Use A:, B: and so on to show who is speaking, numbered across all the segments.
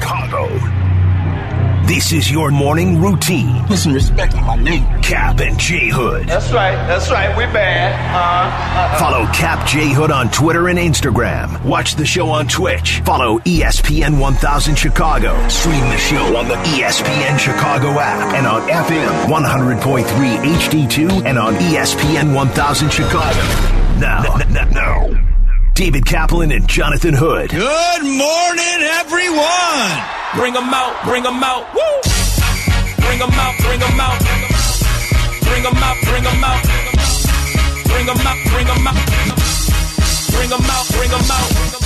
A: Chicago. This is your morning routine. Put some respect on my name. Cap and J Hood.
B: That's right. That's right. We're bad. Uh, uh,
A: Follow Cap J Hood on Twitter and Instagram. Watch the show on Twitch. Follow E ESPN 1000 Chicago. Stream the show on the E ESPN Chicago app and on FM 100.3 HD2 and on E ESPN 1000 Chicago. Now, n- n- now, David Kaplan and Jonathan Hood.
C: Good morning, everyone.
D: Bring them out, bring them out. Woo! Bring them out, bring them out. Bring them out, bring them out. Bring them out, bring them out. Bring them out, bring them out.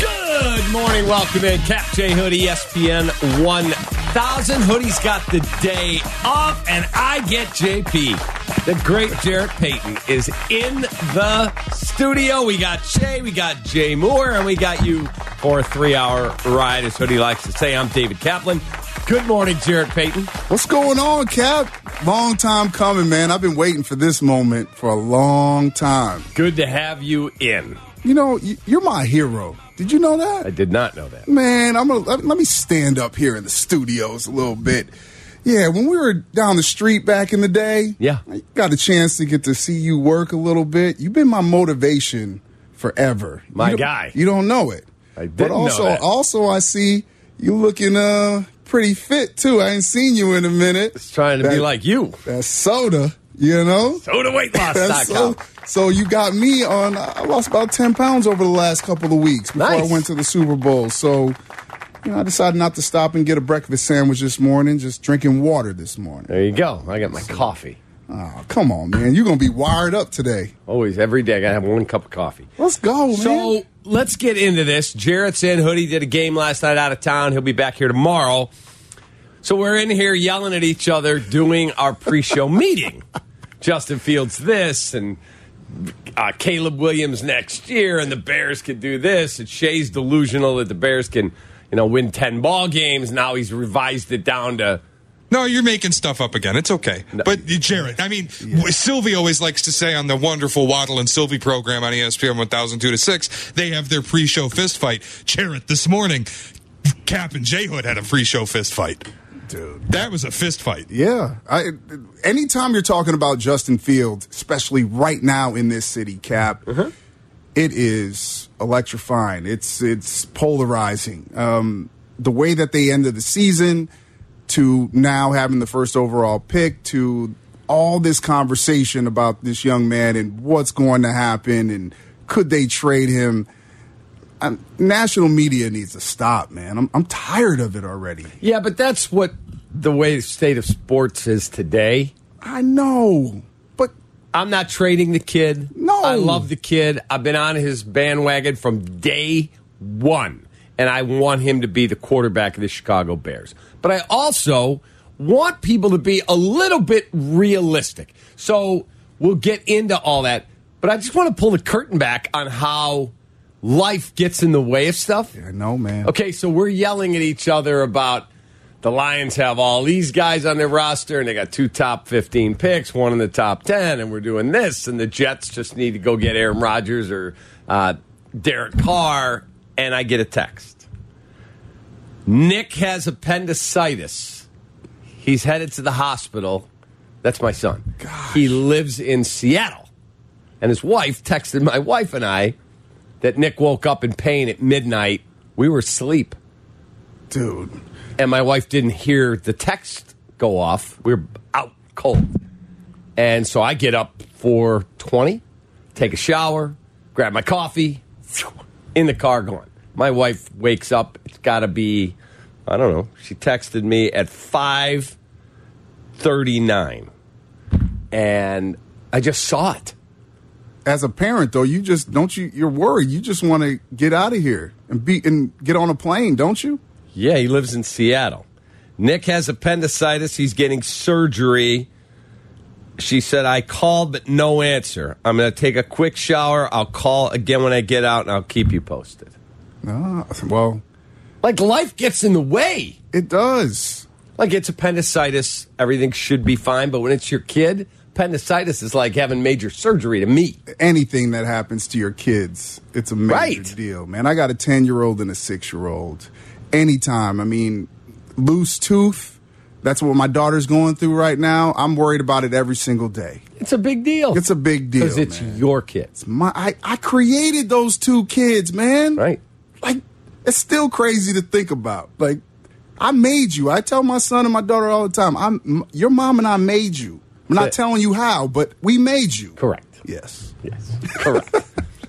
E: Good morning, welcome in. Cap J Hood, E ESPN 1000. Hoodie's got the day off, and I get JP. The great Jarrett Payton is in the studio. We got Jay, we got Jay Moore, and we got you for a three hour ride, as Hoodie likes to say. I'm David Kaplan. Good morning, Jarrett Payton.
F: What's going on, Cap? Long time coming, man. I've been waiting for this moment for a long time.
E: Good to have you in.
F: You know, y- you're my hero. Did you know
E: I
F: that?
E: did not know that.
F: Man, I'm gonna let, let me stand up here in the studios a little bit. Yeah, when we were down the street back in the day,
E: Yeah.
F: I got a chance to get to see you work a little bit. You've been my motivation forever.
E: My
F: You don't-
E: guy.
F: You don't know it.
E: I didn't
F: But
E: know
F: also,
E: that.
F: also I see you looking uh pretty fit too. I ain't seen you in a minute.
E: It's trying to be
F: That-
E: like you.
F: That soda, you know. That's
E: SodaWeightLoss.com.
F: so, so you got me on. I lost about ten pounds over the last couple of weeks before
E: Nice.
F: I went to the Super Bowl. So, you know, I decided not to stop and get a breakfast sandwich this morning. Just drinking water this morning.
E: There you go. I got my coffee.
F: Oh, come on, man! You're gonna be wired up today.
E: Always, every day, I got to have one cup of coffee.
F: Let's go, man.
E: So let's get into this. Jarrett's in. Hoodie did a game last night out of town. He'll be back here tomorrow. So we're in here yelling at each other, doing our pre-show meeting. Justin Fields this and uh, Caleb Williams next year, and the Bears could do this. And Shea's delusional that the Bears can, you know, win ten ball games. Now he's revised it down to
C: No, you're making stuff up again. It's okay. But Jared, I mean, w Sylvie always likes to say on the wonderful Waddle and Sylvie program on E ESPN 1002 to 6, they have their pre show fist fight. Jared, this morning, Cap and J Hood had a pre show fist fight. Dude. That was a fist fight.
F: Yeah. I, anytime you're talking about Justin Fields, especially right now in this city, Cap, it is electrifying. It's it's polarizing. Um, the way that they ended the season to now having the first overall pick to all this conversation about this young man and what's going to happen and could they trade him. Um, national media needs to stop, man. I'm, I'm tired of it already.
E: yeah. But that's what the way the state of sports is today.
F: I know, but
E: I'm not trading the kid.
F: No.
E: I love the kid. I've been on his bandwagon from day one, and I want him to be the quarterback of the Chicago Bears. But I also want people to be a little bit realistic. So we'll get into all that, but I just want to pull the curtain back on how life gets in the way of stuff.
F: I know, man.
E: Okay, so we're yelling at each other about the Lions have all these guys on their roster and they got two top 15 picks, one in the top 10, and we're doing this, and the Jets just need to go get Aaron Rodgers or uh, Derek Carr, and I get a text. Nick has appendicitis. He's headed to the hospital. That's my son. He lives in Seattle. And his wife texted my wife and I that Nick woke up in pain at midnight. We were asleep,
F: Dude,
E: and my wife didn't hear the text go off. We were out cold, and so I get up for twenty, take a shower, grab my coffee, in the car going. My wife wakes up. It's got to be, I don't know. She texted me at five thirty nine, and I just saw it.
F: as a parent though, you just don't you you're worried. You just want to get out of here and be and get on a plane, don't you?
E: Yeah, he lives in Seattle. Nick has appendicitis. He's getting surgery. She said, I called, but no answer. I'm going to take a quick shower. I'll call again when I get out, and I'll keep you posted.
F: Ah, well,
E: Like, life gets in the way.
F: it does.
E: Like, it's appendicitis. Everything should be fine. But when it's your kid, appendicitis is like having major surgery to me.
F: Anything that happens to your kids, it's a major
E: Right.
F: deal, man. I got a 10 year old and a six year old. Anytime. I mean, loose tooth, that's what my daughter's going through right now. I'm worried about it every single day.
E: It's a big deal.
F: It's a big deal.
E: because it's
F: man.
E: your kids,
F: my I, I created those two kids, man.
E: right?
F: Like it's still crazy to think about. Like I made you. I tell my son and my daughter all the time. I'm m- your mom and I made you. I'm not
E: Yeah.
F: telling you how, but we made you.
E: Correct.
F: Yes.
E: Yes, correct.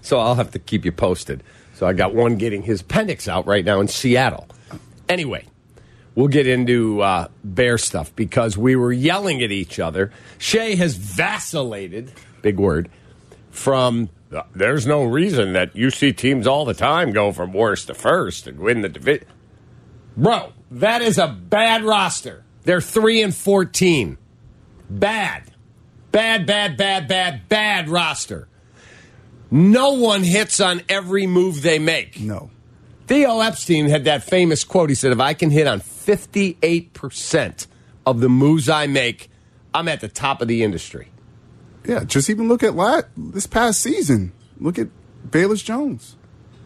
E: so I'll have to keep you posted. So I got one getting his appendix out right now in Seattle. Anyway, we'll get into uh, bear stuff because we were yelling at each other. Shay has vacillated, big word, from uh, there's no reason that you see teams all the time go from worst to first and win the division. Bro, that is a bad roster. They're 3 and 14. Bad. Bad, bad, bad, bad, bad roster. No one hits on every move they make.
F: No.
E: Theo Epstein had that famous quote. He said, If I can hit on 58% of the moves I make, I'm at the top of the industry.
F: Yeah. Just even look at la this past season. Look at Bayless Jones.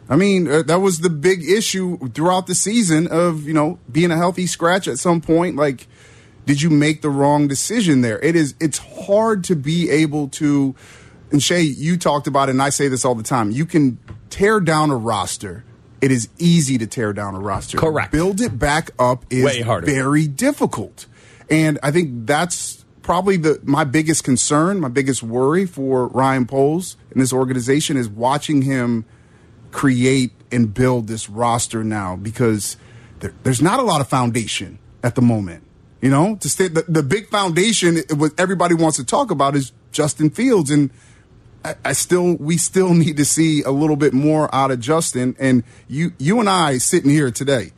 F: I mean, uh, that was the big issue throughout the season of you know being a healthy scratch at some point. Like, did you make the wrong decision there? It is. It's hard to be able to. And Shay, you talked about it, and I say this all the time. You can tear down a roster. It is easy to tear down a roster.
E: Correct.
F: Build it back up is
E: Way harder.
F: very difficult, and I think that's probably the my biggest concern, my biggest worry for Ryan Poles and this organization is watching him create and build this roster now because there, there's not a lot of foundation at the moment. You know, to stay the, the big foundation, it- what everybody wants to talk about is Justin Fields, and I, I still we still need to see a little bit more out of Justin. And you you and I sitting here today,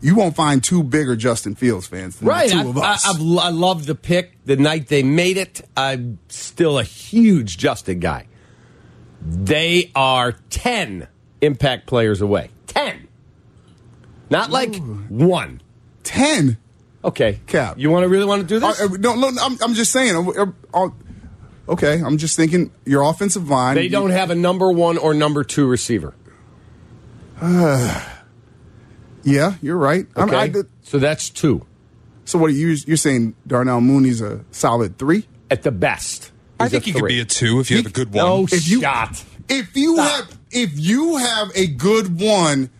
F: you won't find two bigger Justin Fields fans than
E: Right.
F: the
E: I,
F: two of us.
E: I, I've, lo- I love the pick the night they made it. I'm still a huge Justin guy. They are 10 impact players away. 10. Not like one.
F: Ten.
E: Okay.
F: Cap.
E: You want to really want to do this?
F: Uh, uh, no, no, I'm, I'm just saying. uh, uh, uh, okay, I'm just thinking your offensive line.
E: they don't have a number one or number two receiver.
F: Yeah, you're right. I mean,
E: Okay.
F: I did-
E: so that's two
F: so what are you you're saying? Darnell Mooney's a solid three.
E: at the best.
C: I
E: He's
C: think he Oh, could be a two if you have a good one.
E: No
F: If you-
E: shot.
F: If you
E: Stop.
F: have if you have a good one,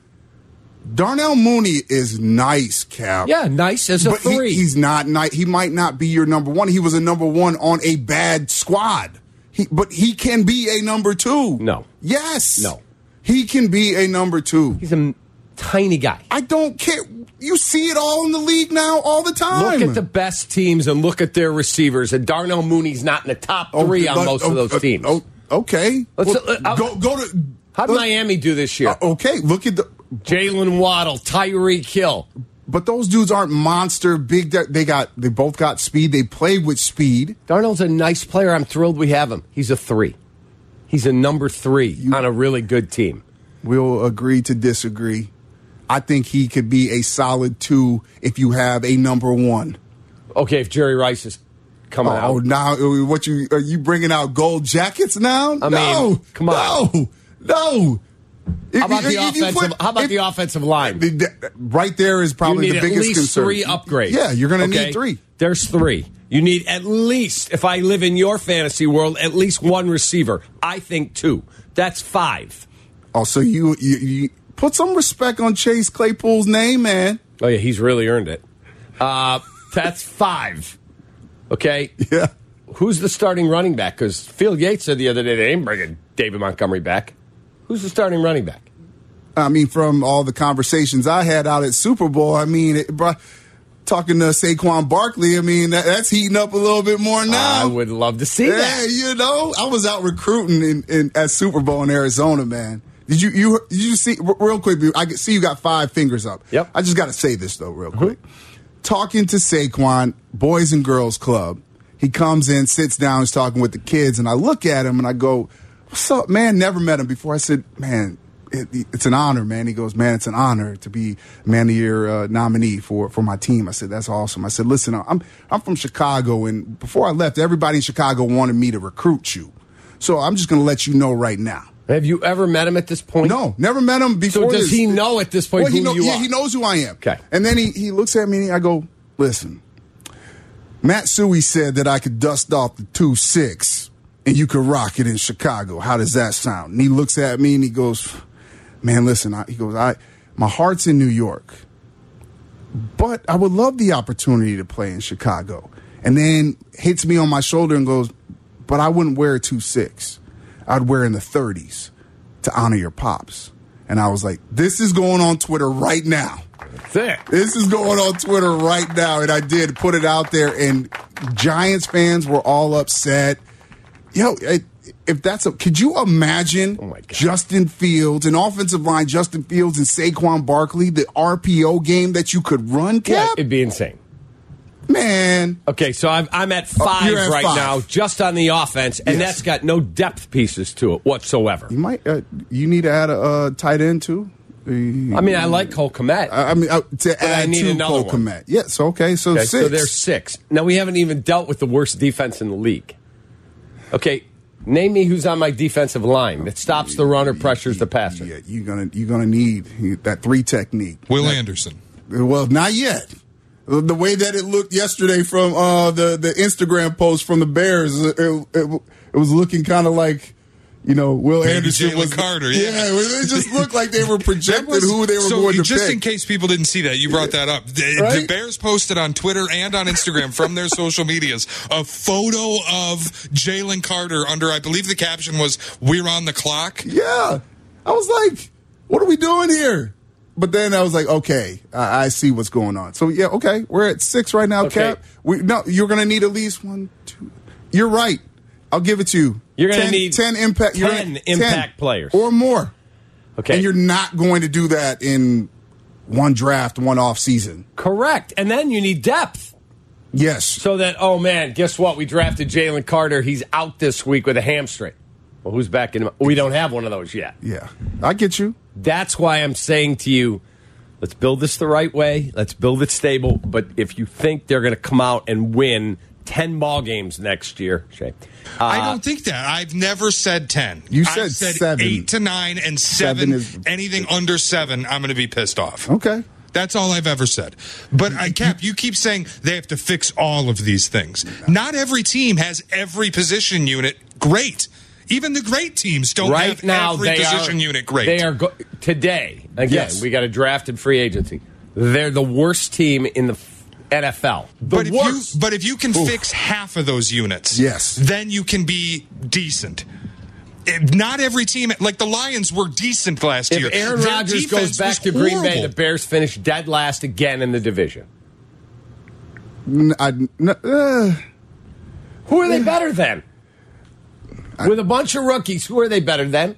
F: Darnell Mooney is nice, Cap.
E: Yeah, nice as a
F: but he-
E: three.
F: he's not nice. He might not be your number one. He was a number one on a bad squad. He, but he can be a number two.
E: No.
F: Yes.
E: No.
F: He can be a number two.
E: He's a m- tiny guy.
F: I don't care. You see it all in the league now, all the time.
E: Look at the best teams and look at their receivers. And Darnell Mooney's not in the top three on
F: but-
E: most
F: oh,
E: of those
F: uh,
E: teams.
F: Oh, okay.
E: Let's-
F: Well,
E: uh, uh,
F: go go to.
E: How'd
F: let's-
E: Miami do this year?
F: Okay, look at the.
E: Jalen Waddle, Tyreek Hill.
F: But those dudes aren't monster big. They- They got. They both got speed. They play with speed.
E: Darnell's a nice player. I'm thrilled we have him. He's a three. He's a number three on a really good team.
F: We'll agree to disagree. I think he could be a solid two if you have a number one.
E: Okay, if Jerry Rice is coming out.
F: Oh, now uh, what you are you bringing out gold jackets now?
E: I mean,
F: no,
E: come on.
F: no, no. If,
E: How about
F: you-
E: the
F: if you
E: offensive?
F: put-
E: how about
F: if-
E: the offensive line?
F: The- the- Right there is probably
E: you
F: the
E: need
F: biggest
E: at least
F: concern.
E: three upgrades.
F: Yeah, you're going to
E: Okay?
F: need three.
E: There's three. You need at least, if I live in your fantasy world, at least one receiver. I think two. That's five.
F: Also, Oh, you, you you put some respect on Chase Claypool's name, man.
E: Oh yeah, he's really earned it. Uh, that's five. Okay,
F: Yeah,
E: who's the starting running back? Because Phil Yates said the other day they ain't bringing David Montgomery back. Who's the starting running back?
F: I mean, from all the conversations I had out at Super Bowl, I mean, it, bro, talking to Saquon Barkley, I mean, that, that's heating up a little bit more now.
E: I would love to see
F: yeah,
E: that.
F: you know, I was out recruiting in, in at Super Bowl in Arizona, man. Did you you did you see r- real quick? I could see you got five fingers up.
E: Yep. Mm-hmm.
F: I just got to say this though, real quick. Talking to Saquon, Boys and Girls Club. He comes in, sits down, he's talking with the kids, and I look at him and I go, "What's up, man?" Never met him before. I said, "Man, it, it's an honor, man. He goes, man, it's an honor to be man of the year uh, nominee for for my team. I said, that's awesome. I said, listen, I'm I'm from Chicago, and before I left, everybody in Chicago wanted me to recruit you, so I'm just going to let you know right now.
E: Have you ever met him at this point?
F: No, never met him
E: So
F: before.
E: does
F: this.
E: he know at this point
F: Well, he
E: who
F: know-
E: you
F: yeah,
E: are?
F: he knows who I am.
E: Okay.
F: And then he, he looks at me and I go, listen, Matt Suey said that I could dust off the 2 6 and you could rock it in Chicago. How does that sound? And he looks at me and he goes, man, listen, I, he goes, I, my heart's in New York, but I would love the opportunity to play in Chicago. And then hits me on my shoulder and goes, but I wouldn't wear a 2 6. I'd wear in the 30s to honor your pops. And I was like, this is going on Twitter right now.
E: That's it.
F: This is going on Twitter right now. And I did put it out there, and Giants fans were all upset. Yo, it, if that's a, could you imagine
E: Oh my God.
F: Justin Fields, an offensive line, Justin Fields and Saquon Barkley, the RPO game that you could run,
E: Yeah,
F: Cap?
E: it'd be insane.
F: Man.
E: Okay, so I'm, I'm at five
F: Oh, you're at
E: right
F: five.
E: now, just on the offense, and
F: Yes.
E: that's got no depth pieces to it whatsoever.
F: You might, uh, you need to add a uh, tight end too?
E: I mean, I like Cole Komet.
F: I I mean, uh, to add
E: need
F: to
E: another
F: Cole
E: one.
F: Komet. Yes, okay, so
E: Okay,
F: six.
E: So there's six. Now we haven't even dealt with the worst defense in the league. Okay, name me who's on my defensive line that stops the runner, pressures the passer.
F: Yeah, you're gonna you're gonna need that three technique.
C: Will Anderson.
F: Well, not yet. The the way that it looked yesterday from uh, the the Instagram post from the Bears, it, it, it was looking kind of like. You know, Will
C: Maybe
F: Anderson
C: Jalen
F: was
C: Carter, yeah.
F: it just looked like they were projected who they were
C: so
F: going
C: you-
F: to
C: just
F: pick.
C: in case people didn't see that, you brought that up. The,
F: Right?
C: the Bears posted on Twitter and on Instagram from their social medias a photo of Jalen Carter under, I believe the caption was, "We're on the clock."
F: Yeah, I was like, "What are we doing here?" But then I was like, "Okay, I, I see what's going on." So yeah, okay, we're at six right now,
E: Okay.
F: Cap. We no, you're gonna need at least one, two. You're right. I'll give it to you.
E: You're gonna
F: 10
E: need
F: ten impact, you're
E: 10
F: right,
E: impact players.
F: or more,
E: Okay,
F: and you're not going to do that in one draft, one off season.
E: correct. And then you need depth.
F: Yes.
E: So that, oh man, guess what? We drafted Jalen Carter. He's out this week with a hamstring. Well, who's back in? We don't have one of those yet.
F: yeah, I get you.
E: That's why I'm saying to you, let's build this the right way. Let's build it stable. But if you think they're going to come out and win 10 ball games next year, Shay,
C: I don't think that. I've never said ten.
F: You
C: I've
F: said seven.
C: eight to nine and
F: Seven
C: seven.
F: is-
C: anything under seven, I'm going to be pissed off.
F: Okay.
C: That's all I've ever said. But I, Cap, you keep saying they have to fix all of these things. Not every team has every position unit great. Even the great teams don't
E: right
C: have
E: now
C: every
E: they
C: position
E: are,
C: unit great.
E: They are go- today. Again,
F: Yes.
E: we got a draft and free agency. They're the worst team in the f- NFL. The
C: but if
E: worst.
C: you but if you can fix half of those units,
F: Yes.
C: then you can be decent. If Not every team, like the Lions, were decent last year.
E: if Aaron
C: Their
E: Rodgers
C: defense
E: goes back
C: was
E: to Green Bay,
C: horrible.
E: the Bears finish dead last again in the division.
F: N- I- n- uh,
E: Who are they better than? With a bunch of rookies, who are they better than?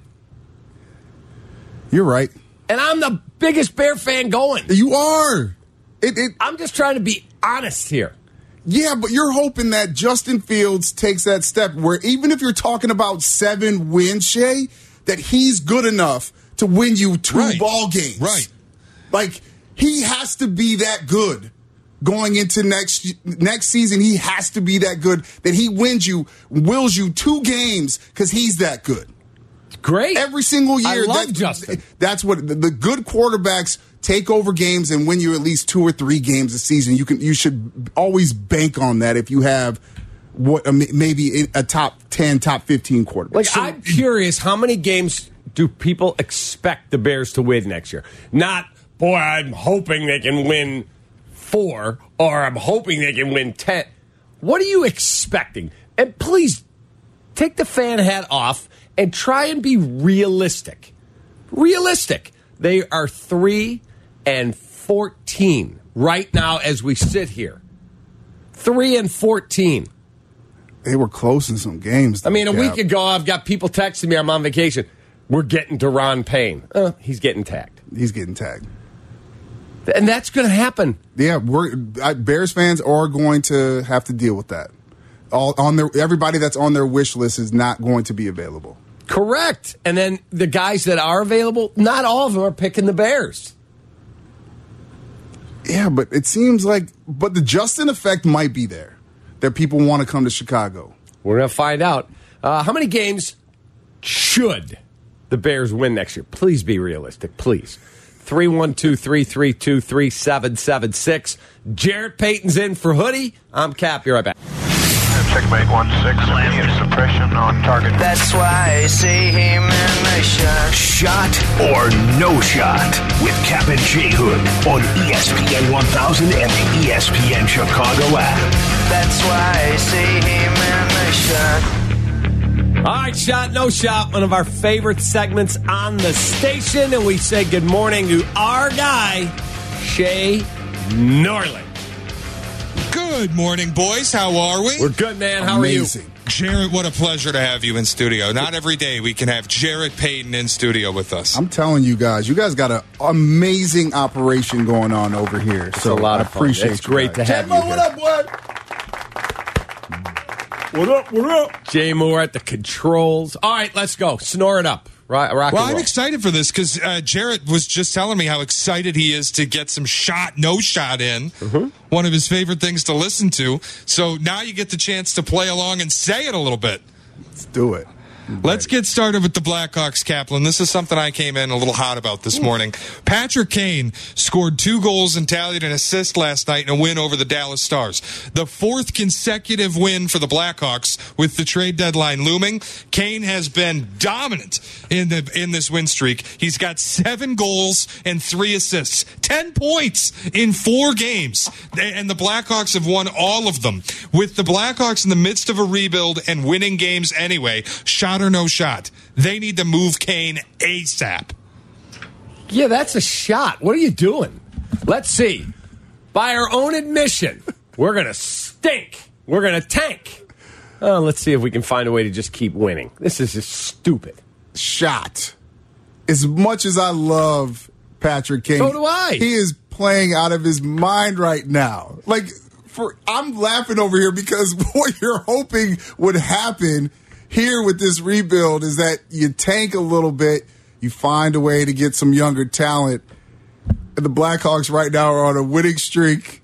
F: you're right.
E: And I'm the biggest Bear fan going.
F: You are. It, it
E: I'm just trying to be honest here.
F: Yeah, but you're hoping that Justin Fields takes that step where even if you're talking about seven wins, Shay, that he's good enough to win you two
C: Right.
F: ball games.
C: Right.
F: Like he has to be that good going into next next season. He has to be that good that he wins you, wills you two games because he's that good
E: Great.
F: every single
E: I
F: year.
E: love
F: that-
E: Justin.
F: That's what the, the good quarterbacks take over games and win you at least two or three games a season. You can you should always bank on that if you have what a, maybe a top ten, top fifteen
E: Like,
F: quarterback.
E: I'm curious how many games do people expect the Bears to win next year? Not, boy, I'm hoping they can win four or I'm hoping they can win 10. What are you expecting? And please take the fan hat off and try and be realistic. Realistic. They are 3 and 14 right now as we sit here. 3 and 14.
F: they were close in some games.
E: I mean, a
F: though,
E: week
F: Cap.
E: ago, I've got people texting me. I'm on vacation. We're getting to Ron Payne. Uh, he's getting tagged,
F: he's getting tagged.
E: and that's going to happen.
F: Yeah, we're I, Bears fans are going to have to deal with that. All on their everybody that's on their wish list is not going to be available.
E: Correct. And then the guys that are available, not all of them are picking the Bears.
F: Yeah, but it seems like, but the Justin effect might be there. That people want to come to Chicago.
E: We're going to find out. Uh, how many games should the Bears win next year? Please be realistic, please. 312-332-3776. Jarrett Payton's in for Hoodie. I'm Cap. You're right back.
G: Checkmate one six. Suppression on target.
H: That's why I see him in the shot.
A: Shot or no shot with Captain J Hood on E ESPN 1000 and the E ESPN Chicago app.
H: That's why I see him in the shot.
E: All right, shot, no shot. One of our favorite segments on the station. And we say good morning to our guy, Shay Norland.
C: Good morning, boys. How are we?
E: We're good, man. How are you?
F: Amazing.
C: Jarrett, what a pleasure to have you in studio. Not every day we can have Jarrett Payton in studio with us.
F: I'm telling you guys, you guys got an amazing operation going on over here. so
E: a lot
F: I
E: of fun.
F: appreciate
E: It's
F: you
E: great
F: guys.
E: to have
F: Jimbo,
E: you
F: What up, boy? What up? What up?
E: Jay Moore at the controls. All right, let's go. Snore it up. Rock, rock
C: Well,
E: and
C: I'm
E: roll.
C: excited for this because uh, Jarrett was just telling me how excited he is to get some shot, no shot in. One of his favorite things to listen to. So now you get the chance to play along and say it a little bit.
F: Let's do it.
C: Let's get started with the Blackhawks, Kaplan. This is something I came in a little hot about this morning. Patrick Kane scored two goals and tallied an assist last night in a win over the Dallas Stars. The fourth consecutive win for the Blackhawks with the trade deadline looming. Kane has been dominant in the in this win streak. He's got seven goals and three assists, ten points in four games, and the Blackhawks have won all of them. With the Blackhawks in the midst of a rebuild and winning games anyway, shot or no shot, they need to move Kane ASAP.
E: Yeah, that's a shot. What are you doing? Let's see. By our own admission, we're going to stink. We're going to tank. Uh, let's see if we can find a way to just keep winning. This is just stupid.
F: shot. As much as I love Patrick Kane,
E: So do I.
F: He is playing out of his mind right now. Like for I'm laughing over here because what you're hoping would happen here with this rebuild is that you tank a little bit, you find a way to get some younger talent. And the Blackhawks right now are on a winning streak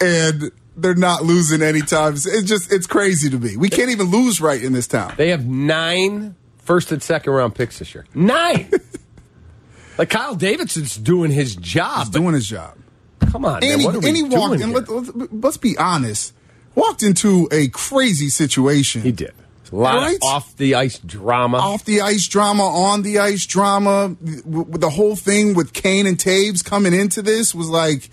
F: and they're not losing any time. It's just it's crazy to me. We can't even lose right in this town.
E: They have nine first and second round picks this year. Nine. like Kyle Davidson's doing his job.
F: He's
E: but
F: doing his job.
E: come on, man.
F: and he,
E: What are we
F: and he
E: doing
F: walked in.
E: here?
F: Let, let's, let's be honest. Walked into a crazy situation.
E: he did. Oh. A lot
F: Right?
E: of off the ice drama.
F: Off the ice drama, on the ice drama. W- w- The whole thing with Kane and Taves coming into this was like,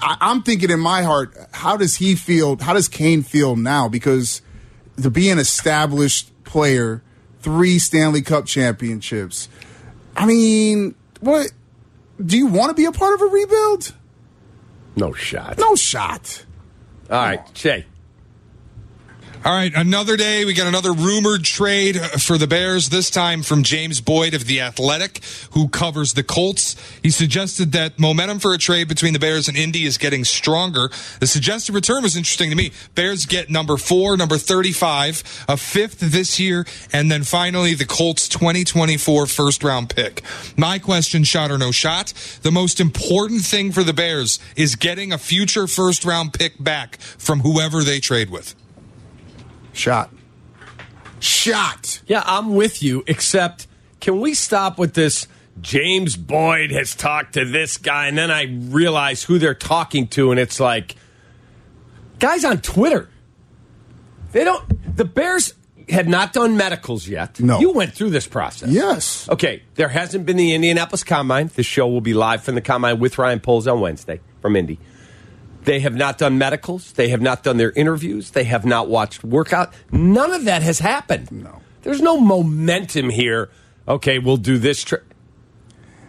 F: I, I'm thinking in my heart, how does he feel? How does Kane feel now? Because to be an established player, three Stanley Cup championships. I mean, what? Do you want to be a part of a rebuild?
E: no shot.
F: No shot.
E: All right, Shay.
C: All right, another day. We got another rumored trade uh, for the Bears, this time from James Boyd of The Athletic, who covers the Colts. He suggested that momentum for a trade between the Bears and Indy is getting stronger. The suggested return was interesting to me. Bears get number four, number 35, a fifth this year, and then finally the Colts 2024 first round pick. My question, shot or no shot, the most important thing for the Bears is getting a future first round pick back from whoever they trade with.
F: Shot. Shot.
E: Yeah, I'm with you, except can we stop with this? James Boyd has talked to this guy, and then I realize who they're talking to, and it's like, guys on Twitter. They don't, the Bears had not done medicals yet.
F: No.
E: You went through this process.
F: Yes.
E: Okay, there hasn't been the Indianapolis Combine. The show will be live from the Combine with Ryan Poles on Wednesday from Indy. They have not done medicals. They have not done their interviews. They have not watched workout. None of that has happened. No. There's no momentum here. Okay, we'll do this trip.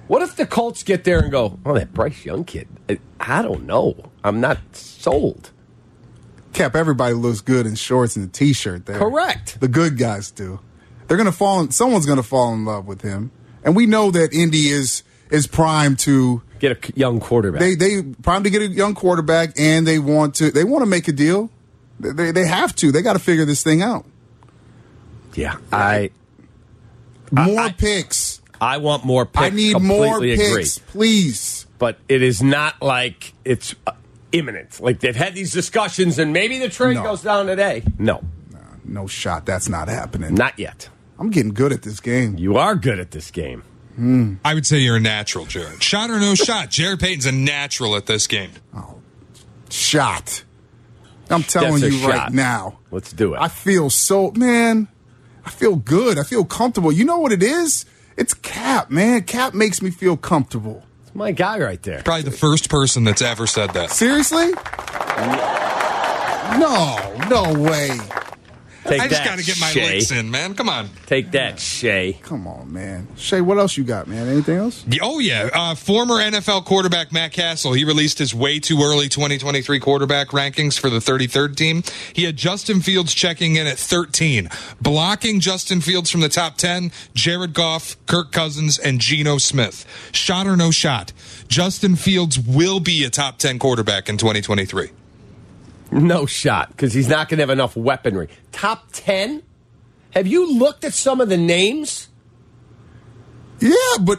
E: What if the Colts get there and go, oh, that Bryce Young kid, I, I don't know. I'm not sold.
F: Cap, everybody looks good in shorts and a t shirt there.
E: Correct.
F: The good guys do. They're gonna fall in, someone's gonna fall in love with him. And we know that Indy is is primed to
E: Get a c- young quarterback.
F: they they primed to get a young quarterback and they want to they want to make a deal. They, they, they have to. They gotta figure this thing out.
E: yeah, I,
F: More
E: I-
F: picks.
E: I want more picks.
F: I need
E: Completely
F: more
E: agree.
F: picks, please.
E: But it is not like it's uh, imminent. Like they've had these discussions and maybe the trade
F: No.
E: goes down today. No,
F: No shot. That's not happening.
E: not yet.
F: I'm getting good at this game.
E: You are good at this game.
C: I would say you're a natural, Jared. Shot or no shot, Jared Payton's a natural at this game.
F: Shot. I'm telling
E: That's a
F: you right
E: shot.
F: now.
E: Let's do it.
F: I feel so man. I feel good. I feel comfortable. You know what it is? It's Cap, man. Cap makes me feel comfortable.
E: It's my guy right there.
C: Probably the first person that's ever said that.
F: Seriously? No, no way.
E: Take
C: I just
E: that,
C: got to get my
E: Shay.
C: licks in, man. Come on.
E: Take that, Shay.
F: Come on, man. Shay, what else you got, man? Anything else?
C: Oh yeah, uh, former NFL quarterback Matt Castle. He released his way too early 2023 quarterback rankings for the 33rd team. He had Justin Fields checking in at 13, blocking Justin Fields from the top 10. Jared Goff, Kirk Cousins, and Geno Smith. Shot or no shot, Justin Fields will be a top 10 quarterback in 2023.
E: No shot because he's not going to have enough weaponry. Top 10? Have you looked at some of the names?
F: Yeah, but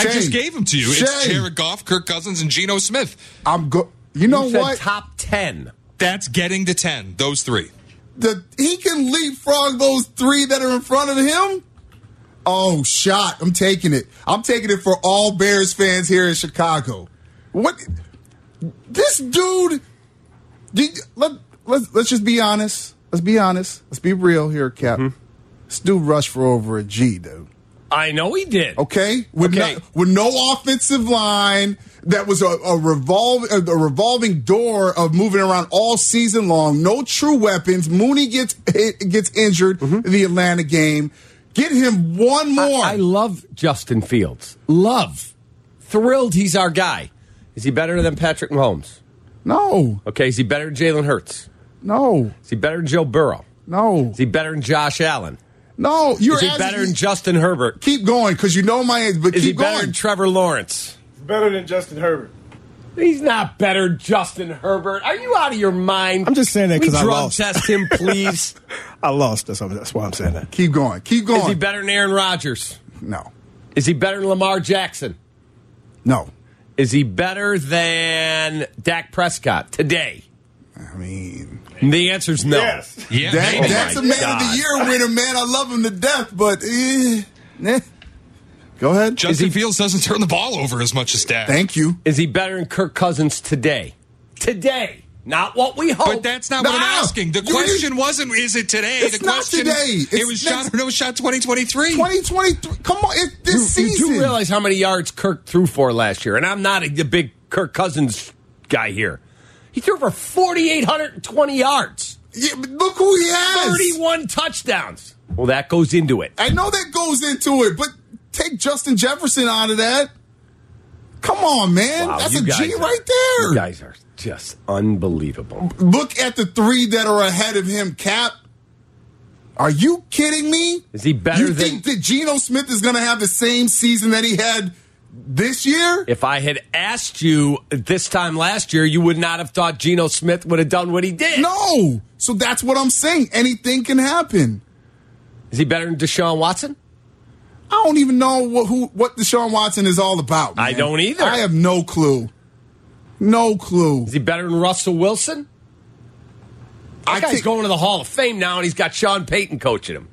C: I just
F: Shay,
C: gave them to you. It's
F: Shay,
C: Jared Goff, Kirk Cousins, and Geno Smith.
F: I'm go. You know
E: You said
F: what?
E: Top 10.
C: That's getting to 10. Those three.
F: the he can leapfrog those three that are in front of him. Oh, shot! I'm taking it. I'm taking it for all Bears fans here in Chicago. What? This dude. did- let let's let's just be honest. Let's be honest. Let's be real here, Cap. This dude rushed for over a G, dude.
E: I know he did.
F: Okay, with
E: Okay.
F: No, with no offensive line, that was a, a revolve a revolving door of moving around all season long. No true weapons. Mooney gets hit, gets injured in the Atlanta game. Get him one more.
E: Mm-hmm. I love Justin Fields. Love. Thrilled he's our guy. Is he better than Patrick Mahomes?
F: no,
E: Okay, is he better than Jalen Hurts?
F: no,
E: Is he better than Joe Burrow?
F: no,
E: Is he better than Josh Allen?
F: no. You're
E: Is he
F: asking-
E: better than Justin Herbert?
F: Keep going because you know my. But
E: Is he
F: keep
E: better than
F: going.
E: Trevor Lawrence?
I: Better than Justin Herbert.
E: He's not better than Justin Herbert. Are you out of your mind?
I: I'm just saying that
E: We
I: 'cause I
E: drug
I: lost.
E: test him, please.
I: I lost. That's, that's why I'm saying that.
F: keep going. Keep
E: Is he
F: going.
E: better than Aaron Rodgers?
F: no,
E: Is he better than Lamar Jackson?
F: no.
E: Is he better than Dak Prescott today?
F: I mean,
E: And the answer's no.
I: Yes.
C: Yeah,
F: that,
C: maybe.
F: that's
E: Oh my
F: a man of
E: God.
F: the year winner, man. I love him to death, but eh, eh. go ahead.
C: Justin Fields doesn't turn the ball over as much as Dak.
F: Thank you.
E: Is he better than Kirk Cousins today? Today. Not what we hope.
C: But that's not what
F: No,
C: I'm asking. The
F: you-
C: question wasn't is it today?
F: It's
C: the
F: not
C: question
F: today.
C: it
F: It's
C: was
F: next-
C: shot or no shot 2023.
F: 2023. Come on,
E: you,
F: it, this
E: you
F: season.
E: do realize how many yards Kirk threw for last year, and I'm not a, the big Kirk Cousins guy here. He threw for 4,820 yards,
F: Yeah, but look who he has.
E: 31 touchdowns. Well, that goes into it.
F: I know that goes into it, but take Justin Jefferson out of that. Come on, man.
E: Wow,
F: That's
E: you
F: a
E: guys
F: G
E: are-
F: right
E: You
F: there.
E: guys are just unbelievable.
F: Look at the three that are ahead of him, Cap. Are you kidding me?
E: Is he better
F: You
E: than-
F: think that Geno Smith is going to have the same season that he had this year?
E: If I had asked you this time last year, you would not have thought Geno Smith would have done what he did.
F: No. So that's what I'm saying. Anything can happen.
E: Is he better than Deshaun Watson?
F: I don't even know what who what Deshaun Watson is all about.
E: I
F: man.
E: don't either.
F: I have no clue. No clue.
E: Is he better than Russell Wilson?
F: I
E: That guy's
F: think
E: going to the Hall of Fame now, and he's got Sean Payton coaching him.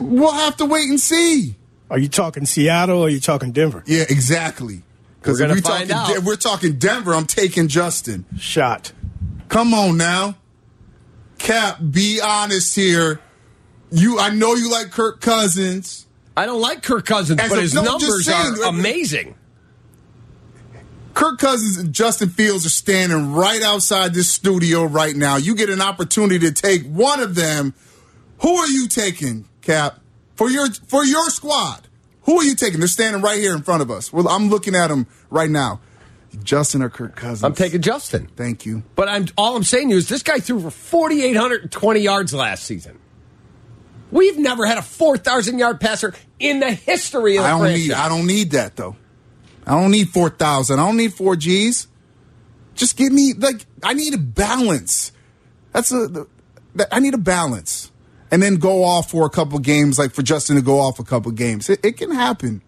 F: we'll have to wait and see.
I: Are you talking Seattle or are you talking Denver?
F: Yeah, exactly. Because
E: We're
F: if
E: gonna
F: we
E: find
F: talking,
E: out.
F: if we're talking Denver, I'm taking Justin.
I: Shot.
F: Come on now, Cap. Be honest here. You, I know you like Kirk Cousins.
E: I don't like Kirk Cousins,
F: As
E: but
F: a-
E: his
F: no, I'm just
E: numbers
F: saying,
E: are
F: uh,
E: amazing.
F: Kirk Cousins and Justin Fields are standing right outside this studio right now. You get an opportunity to take one of them. Who are you taking, Cap? For your for your squad. Who are you taking? They're standing right here in front of us. Well, I'm looking at them right now. Justin or Kirk Cousins?
E: I'm taking Justin.
F: Thank you.
E: But I'm all I'm saying to you is this guy threw for 4,820 yards last season. We've never had a 4,000 yard passer in the history of the
F: I don't
E: franchise.
F: need I don't need that though. I don't need four thousand. I don't need four G's. Just give me like I need a balance. That's a the, that, I need a balance. and then go off for a couple games, like for Justin to go off a couple games. It, it can happen.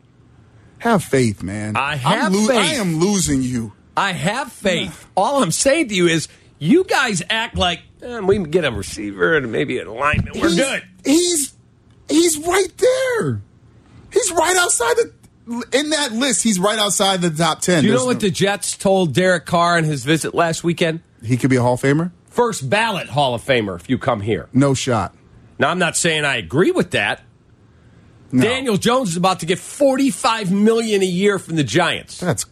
F: Have faith, man.
E: I
F: I'm
E: have faith.
F: I am losing you.
E: I have faith. All I'm saying to you is, you guys act like eh, we can get a receiver and maybe an alignment. We're
F: He's-
E: good.
F: He's he's right there. He's right outside the in that list. He's right outside the top ten.
E: Do you
F: There's
E: know what
F: no-
E: the Jets told Derek Carr in his visit last weekend?
F: he could be a Hall of Famer?
E: First ballot Hall of Famer if you come here.
F: No shot.
E: Now, I'm not saying I agree with that.
F: No.
E: Daniel Jones is about to get 45 million a year from the Giants.
F: That's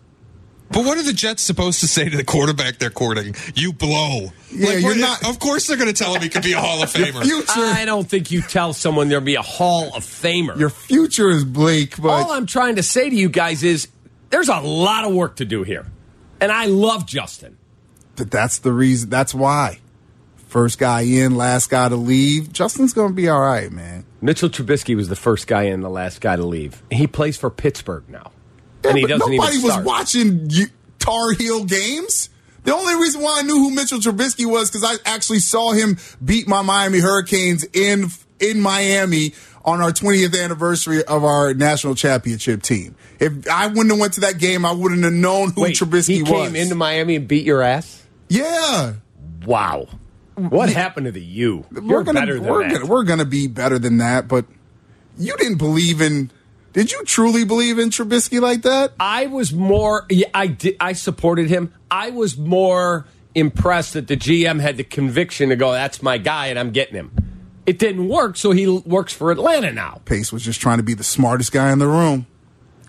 C: But what are the Jets supposed to say to the quarterback they're courting? You blow.
F: Yeah, you're
C: what-
F: not-
C: Of course, they're going to tell him he could be a Hall of Famer.
F: future.
E: I don't think you tell someone there'll be a Hall of Famer.
F: Your future is bleak, but
E: All I'm trying to say to you guys is there's a lot of work to do here. And I love Justin.
F: But that's the reason. That's why. First guy in, last guy to leave. Justin's going to be all right, man.
E: Mitchell Trubisky was the first guy in, the last guy to leave. He plays for Pittsburgh now. and he
F: Yeah, but
E: doesn't
F: nobody
E: even start.
F: was watching you- Tar Heel games. The only reason why I knew who Mitchell Trubisky was because I actually saw him beat my Miami Hurricanes in in Miami on our 20th anniversary of our national championship team. If I wouldn't have went to that game, I wouldn't have known who
E: Wait,
F: Trubisky
E: he
F: was.
E: came into Miami and beat your ass?
F: yeah,
E: Wow. What happened to the you? You're
F: we're gonna
E: better than
F: we're
E: that.
F: gonna we're gonna be better than that. But you didn't believe in. Did you truly believe in Trubisky like that?
E: I was more. Yeah, I did. I supported him. I was more impressed that the GM had the conviction to go. That's my guy, and I'm getting him. It didn't work, so he l- works for Atlanta now.
F: Pace was just trying to be the smartest guy in the room.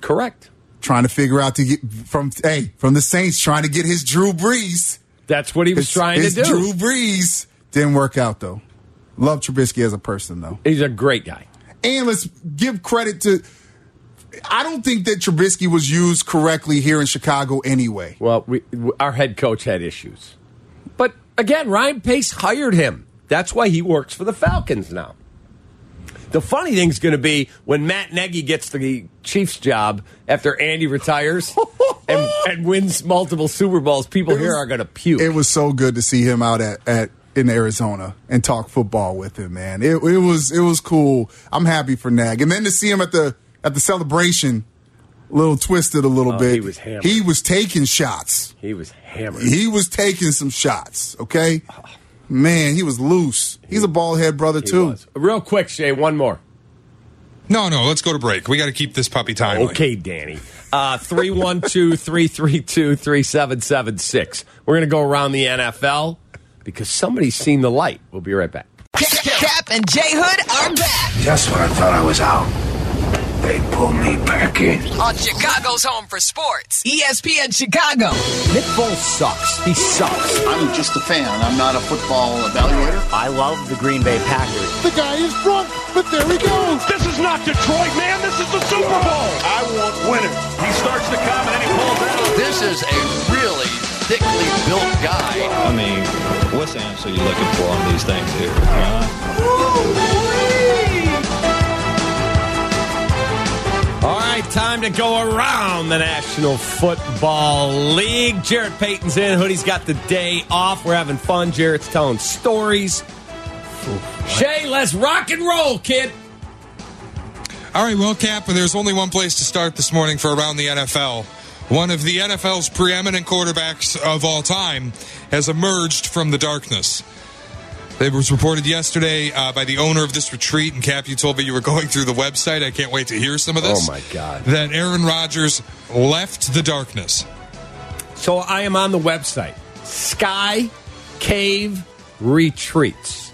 E: Correct.
F: trying to figure out to get from hey from the Saints trying to get his Drew Brees.
E: That's what he was
F: His-
E: trying
F: his
E: to do.
F: Drew Brees didn't work out though. Love Trubisky as a person though,
E: He's a great guy.
F: and let's give credit to. I don't think that Trubisky was used correctly here in Chicago anyway.
E: Well, we, w- our head coach had issues, but again, Ryan Pace hired him. That's why he works for the Falcons now. The funny thing's going to be when Matt Nagy gets the Chiefs job after Andy retires and, and wins multiple Super Bowls, people
F: It
E: here
F: was-
E: are going to puke.
F: It was so good to see him out at, at in Arizona and talk football with him, man. It, it was it was cool. I'm happy for Nag, and then to see him at the at the celebration, a little twisted a little
E: Oh,
F: bit.
E: he was hammered.
F: He was taking shots.
E: he was hammered.
F: He was taking some shots, okay? Man, he was loose. He's a bald head brother,
E: He
F: too.
E: was. Real quick, Shay, one more.
C: No, no, let's go to break. We got to keep this puppy timely.
E: Okay, Danny. Uh, 312-332-3776. We're going to go around the NFL because somebody's seen the light. We'll be right back.
J: Cap and J Hood are back
A: Just when I thought I was out, they pulled me back in.
J: on Chicago's home for sports, ESPN Chicago.
E: Nick Foles sucks. He sucks.
K: I'm just a fan. I'm not a football evaluator.
L: I love the Green Bay Packers.
F: The guy is drunk, but there he goes.
D: This is not Detroit, man. This is the Super Bowl. I want winners. He starts to come and then he pulls out.
K: This is a really thickly built guy.
L: I mean, what's the answer you're looking for on these things here? huh?
E: All right, time to go around the National Football League. Jarrett Payton's in. Hoodie's got the day off. We're having fun. Jarrett's telling stories. Shay, let's rock and roll, kid.
C: All right, well, Cap, there's only one place to start this morning for Around the NFL. One of the NFL's preeminent quarterbacks of all time has emerged from the darkness. It was reported yesterday uh, by the owner of this retreat, and Cap, you told me you were going through the website. I can't wait to hear some of this.
E: Oh, my God.
C: That Aaron Rodgers left the darkness.
E: So I am on the website Sky Cave Retreats.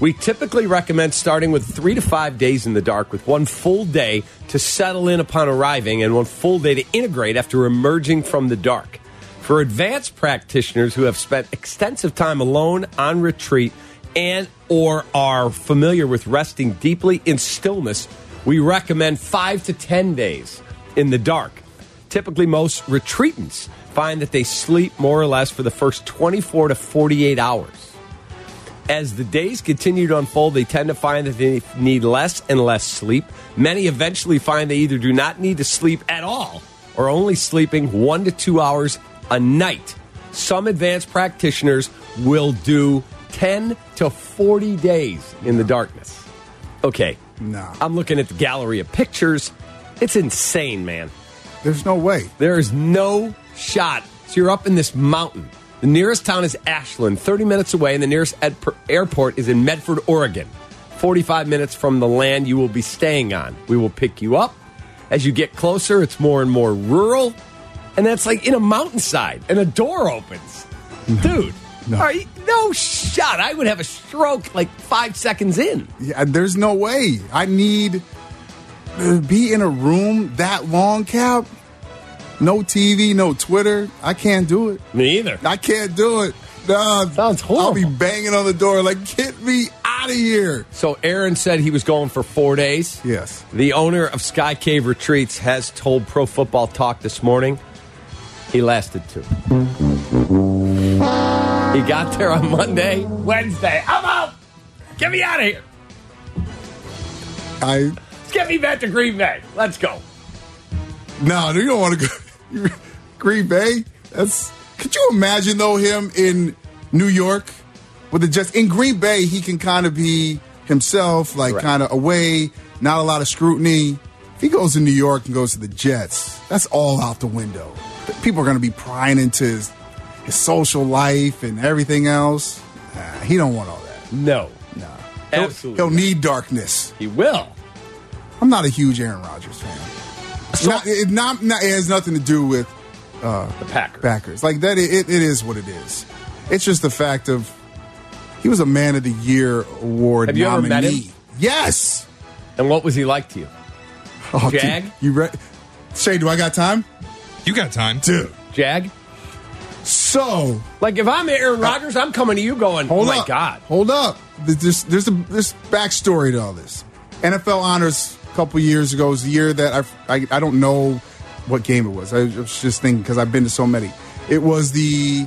E: We typically recommend starting with three to five days in the dark, with one full day to settle in upon arriving and one full day to integrate after emerging from the dark. For advanced practitioners who have spent extensive time alone on retreat and or are familiar with resting deeply in stillness, we recommend 5 to 10 days in the dark. Typically, most retreatants find that they sleep more or less for the first 24 to 48 hours. As the days continue to unfold, they tend to find that they need less and less sleep. Many eventually find they either do not need to sleep at all or only sleeping one to two hours a night. Some advanced practitioners will do 10 to 40 days in the darkness. Okay.
F: No.
E: I'm looking at the gallery of pictures. It's insane, man.
F: There's no way.
E: There is no shot. So you're up in this mountain. The nearest town is Ashland, 30 minutes away, and the nearest ed- airport is in Medford, Oregon, 45 minutes from the land you will be staying on. We will pick you up. As you get closer, it's more and more rural, and that's like in a mountainside, and a door opens. Dude. Mm-hmm. No. Are you, no shot. I would have a stroke like five seconds in.
F: Yeah, there's no way. I need to be in a room that long, Cap. No TV, no Twitter. I can't do it.
E: Me either.
F: I can't do it. Nah,
E: Sounds horrible.
F: I'll be banging on the door like, get me out of here.
E: So Aaron said he was going for four days.
F: Yes.
E: The owner of Sky Cave Retreats has told Pro Football Talk this morning he lasted two. He got there on Monday, Wednesday. I'm out. Get me out of here.
F: I
E: Let's get me back to Green Bay. Let's go.
F: no, you don't want to go Green Bay. That's could you imagine though him in New York with the Jets in Green Bay? He can kind of be himself, like kind of away, not a lot of scrutiny. If he goes to New York and goes to the Jets, that's all out the window. People are going to be prying into his, his social life and everything else. Nah, he don't want all that.
E: No,
F: no,
E: Absolutely
F: He'll, he'll need darkness.
E: He will.
F: I'm not a huge Aaron Rodgers fan. not, it, not, not- it has nothing to do with uh,
E: the Packers.
F: Packers. Like that, it, it is what it is. It's just the fact of he was a Man of the Year award
E: Have you ever
F: nominee.
E: met him?
F: Yes.
E: And what was he like to you?
F: Oh, dude,
E: Jag?
F: you re- Shay, do I got time?
C: You got time.
F: Dude.
E: Jag?
F: So
E: Like if I'm Aaron Rodgers, I'm coming to you going,
F: Uh, Hold
E: "Oh
F: up.
E: my god."
F: Hold up. There's, there's a there's backstory to all this. NFL Honors a couple years ago was the year that I, I, I don't know what game it was. I was just thinking because I've been to so many. It was the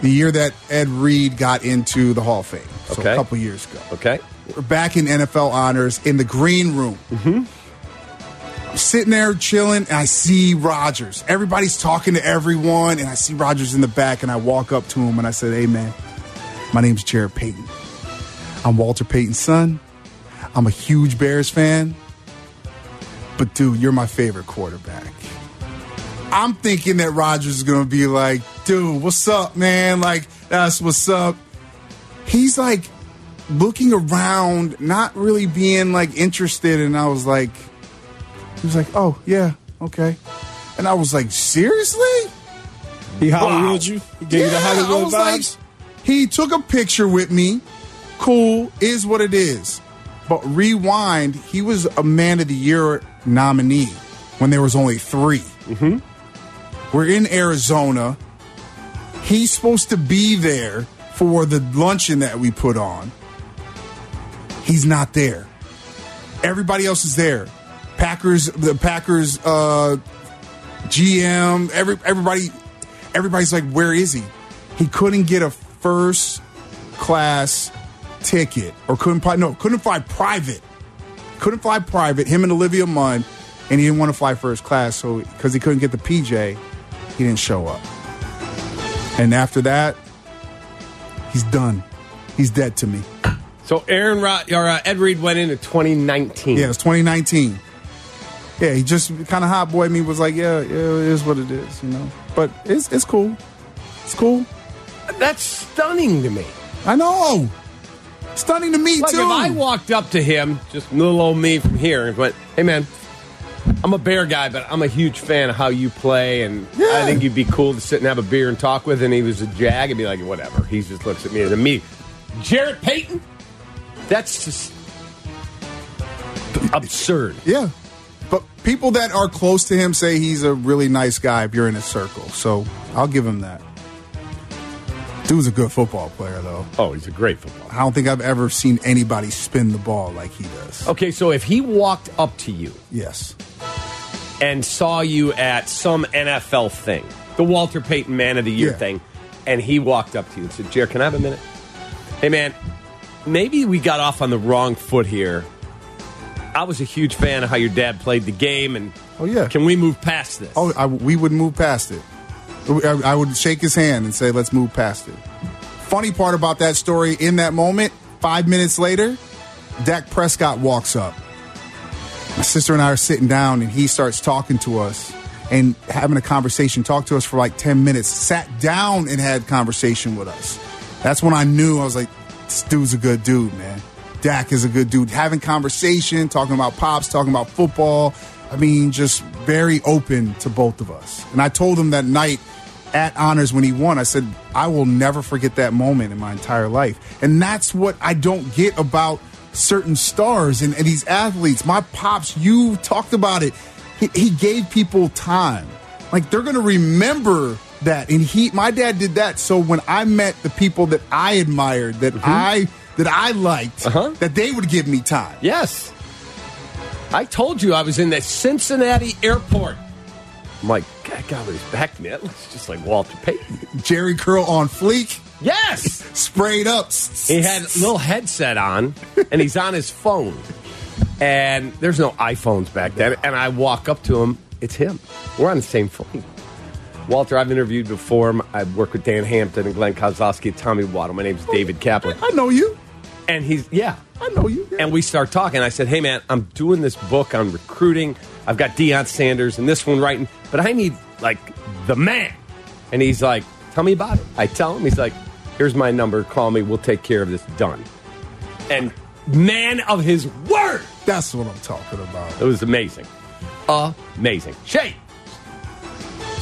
F: the year that Ed Reed got into the Hall of Fame. So
E: Okay.
F: a couple years ago.
E: Okay.
F: We're back in NFL Honors in the green room. Mm-hmm. I'm sitting there chilling, and I see Rogers. Everybody's talking to everyone, and I see Rogers in the back, and I walk up to him and I said, "Hey, man, my name's Jared Payton. I'm Walter Payton's son. I'm a huge Bears fan, but dude, you're my favorite quarterback." I'm thinking that Rogers is going to be like, "Dude, what's up, man? Like, that's what's up." He's like looking around, not really being like interested. And I was like, he was like, oh, yeah, okay. And I was like, seriously?
I: He Hollywood you? He gave you the Hollywood
F: I was like-
I: vibes?
F: he took a picture with me. Cool is what it is. But rewind, he was a Man of the Year nominee when there was only 3 Mm-hmm. We're in Arizona. He's supposed to be there for the luncheon that we put on. He's not there. Everybody else is there. Packers, the Packers uh, GM, every everybody, everybody's like, where is he? He couldn't get a first class ticket, or couldn't pri- no, couldn't fly private, couldn't fly private. Him and Olivia Munn, and he didn't want to fly first class, so because he couldn't get the PJ, he didn't show up. And after that, he's done. He's dead to me.
E: So Aaron Rod- or uh, Ed Reed went in in 2019.
F: Yeah, it was 2019. Yeah, he just kind of hot boy me was like, yeah, yeah, it is what it is, you know. But it's it's cool. It's cool.
E: That's stunning to me.
F: I know. Stunning to me
E: like
F: too.
E: if I walked up to him, just little old me from here, and went, "Hey man, I'm a bear guy, but I'm a huge fan of how you play, and I think you'd be cool to sit and have a beer and talk with." And he was a jag, and be like, "Whatever." He just looks at me as a me, Jarrett Payton. That's just absurd.
F: yeah. But people that are close to him say he's a really nice guy if you're in his circle. So I'll give him that. Dude's a good football player though.
E: Oh, he's a great football.
F: I don't think I've ever seen anybody spin the ball like he does.
E: Okay, so if he walked up to you
F: Yes.
E: and saw you at some NFL thing, the Walter Payton Man of the Year
F: Yeah.
E: thing, and he walked up to you and said, Jared, can I have a minute? Hey, man, maybe we got off on the wrong foot here. I was a huge fan of how your dad played the game, and
F: Oh yeah.
E: can we move past this?
F: Oh, I, we would move past it. I, I would shake his hand and say, "Let's move past it." funny part about that story in that moment, five minutes later, Dak Prescott walks up. My sister and I are sitting down, and he starts talking to us and having a conversation, talked to us for like 10 minutes, sat down and had conversation with us. That's when I knew I was like, this dude's a good dude, man. Dak is a good dude. Having conversation, talking about pops, talking about football. I mean, just very open to both of us. And I told him that night at honors when he won, I said, I will never forget that moment in my entire life. And that's what I don't get about certain stars and, and these athletes. My pops, you talked about it. He, he gave people time. Like they're going to remember that. And he, my dad did that. So when I met the people that I admired, that
E: Mm-hmm.
F: I, that I liked,
E: Uh-huh.
F: that they would give me time.
E: Yes. I told you I was in the Cincinnati airport. I'm like, God, God, he's back, man. It looks just like Walter Payton.
F: Jerry Curl on fleek.
E: Yes.
F: Sprayed up.
E: He had a little headset on, and he's on his phone. And there's no iPhones back then. And I walk up to him. It's him. We're on the same phone. Walter, I've interviewed before. I work with Dan Hampton and Glenn Kozlowski and Tommy Waddle. My name's David Kaplan.
F: I know you.
E: And he's, yeah.
F: I know you.
E: And we start talking. I said, hey, man, I'm doing this book on recruiting. I've got Deion Sanders and this one writing, but I need, like, the man. And he's like, tell me about it. I tell him, he's like, here's my number. Call me. We'll take care of this. Done. And man of his word.
F: That's what I'm talking about.
E: It was amazing. Amazing. Shay.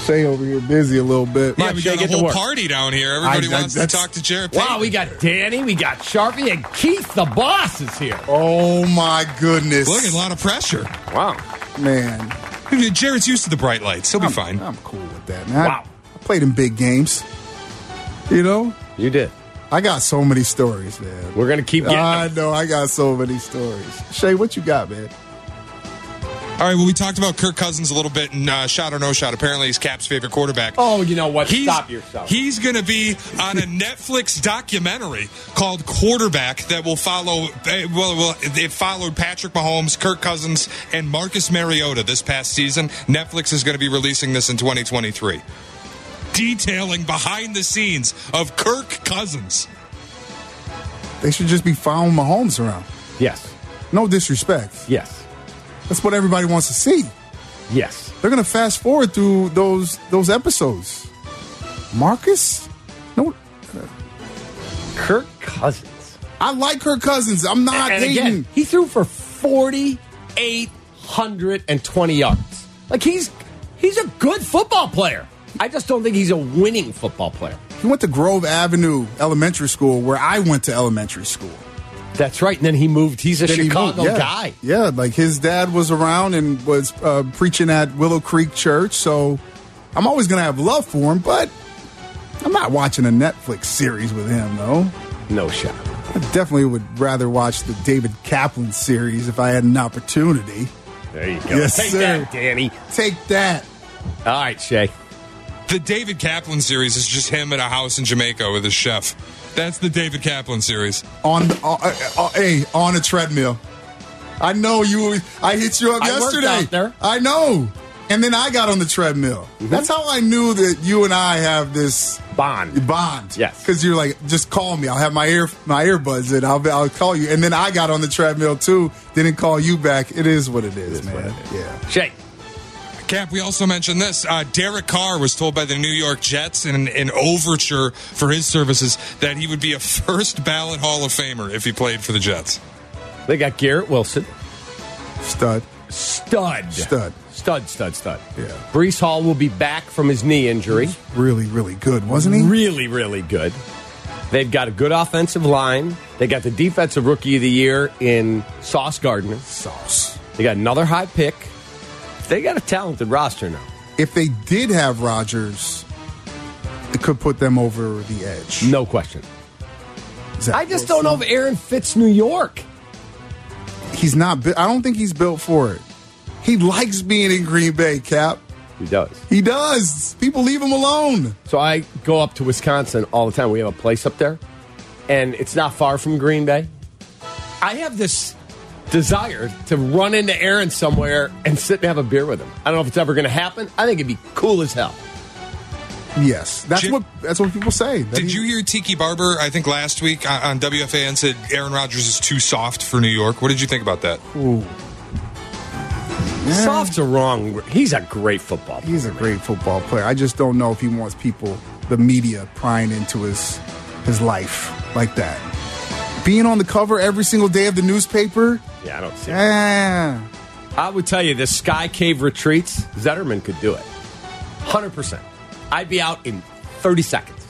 F: Shay over here busy a little bit.
C: Yeah, we got a whole party down here. Everybody
F: I- I-
C: wants to
F: that's-
C: talk to Jared.
E: Wow, we got Danny, we got Sharpie, and Keith, the boss, is here.
F: Oh my goodness!
C: Look, a lot of pressure.
E: Wow,
F: man.
C: Jared's used to the bright lights. He'll be fine.
F: I'm cool with that, man. Wow. I, played in big games. You know?
E: You did.
F: I got so many stories, man.
E: We're gonna keep getting
F: I know. I got so many stories. Shay, what you got, man?
C: All right. Well, we talked about Kirk Cousins a little bit, and uh, shot or no shot. Apparently, he's Cap's favorite quarterback.
E: Oh, you know what?
C: He's,
E: Stop yourself.
C: He's going to be on a Netflix documentary called Quarterback that will follow. eh, Well, well, it followed Patrick Mahomes, Kirk Cousins, and Marcus Mariota this past season. Netflix is going to be releasing this in 2023, detailing behind the scenes of Kirk Cousins.
F: They should just be following Mahomes around.
E: Yes.
F: No disrespect.
E: Yes.
F: That's what everybody wants to see.
E: Yes.
F: They're gonna fast forward through those those episodes. Marcus? No.
E: Kirk Cousins.
F: I like Kirk Cousins. I'm not
E: and
F: hating.
E: again, he threw for 4,820 yards. Like, he's he's a good football player. I just don't think he's a winning football player.
F: He went to Grove Avenue Elementary School, where I went to elementary school.
E: That's right. And then he moved. He's a
F: Then he
E: Chicago
F: moved, yeah.
E: guy.
F: Yeah, like his dad was around and was uh, preaching at Willow Creek Church. So I'm always going to have love for him, but I'm not watching a Netflix series with him, though.
E: No shot.
F: I definitely would rather watch the David Kaplan series if I had an opportunity.
E: There you go.
F: Yes,
E: Take
F: sir.
E: that, Danny.
F: Take that.
E: All right, Shay.
C: The David Kaplan series is just him at a house in Jamaica with his chef. That's the David Kaplan series.
F: on the uh, uh, uh, hey on a treadmill. I know you. I hit you up
E: I worked
F: yesterday.
E: out there. Mhm.
F: I know, and then I got on the treadmill. That's how I knew that you and I have this
E: Bond.
F: bond.
E: Yes.
F: because you're like, just call me. I'll have my ear my earbuds in. I'll be- I'll call you. And then I got on the treadmill too. Didn't call you back. It is what it is, man. Yeah.
E: Shay.
C: Cap, we also mentioned this. Uh, Derek Carr was told by the New York Jets in an, an overture for his services that he would be a first ballot Hall of Famer if he played for the Jets.
E: They got Garrett Wilson.
F: Stud.
E: Stud.
F: Stud.
E: Stud, stud, stud.
F: Yeah.
E: Brees Hall will be back from his knee injury.
F: Really, really good, wasn't he?
E: Really, really good. They've got a good offensive line. They got the defensive rookie of the year in Sauce Gardner.
F: Sauce.
E: They got another high pick. They got a talented roster now.
F: If they did have Rodgers, it could put them over the edge.
E: No question.
F: Zach
E: I just
F: Wilson.
E: don't know if Aaron fits New York.
F: He's not. bu- I don't think he's built for it. He likes being in Green Bay, Cap.
E: He does.
F: He does. People leave him alone.
E: So I go up to Wisconsin all the time. We have a place up there, and it's not far from Green Bay. I have this desire to run into Aaron somewhere and sit and have a beer with him. I don't know if it's ever going to happen. I think it'd be cool as hell.
F: Yes, that's what that's what people say. That
C: Did
F: he-
C: you hear Tiki Barber? I think last week uh, on on WFAN said Aaron Rodgers is too soft for New York. What did you think about that?
E: Soft's a wrong. word. He's a great football. player.
F: He's a great football player. I just don't know if he wants people, the media, prying into his his life like that. Being on the cover every single day of the newspaper.
E: Yeah, I don't see. it.
F: Eh,
E: I would tell you the Sky Cave retreats. Zetterman could do it, hundred percent. I'd be out in thirty seconds.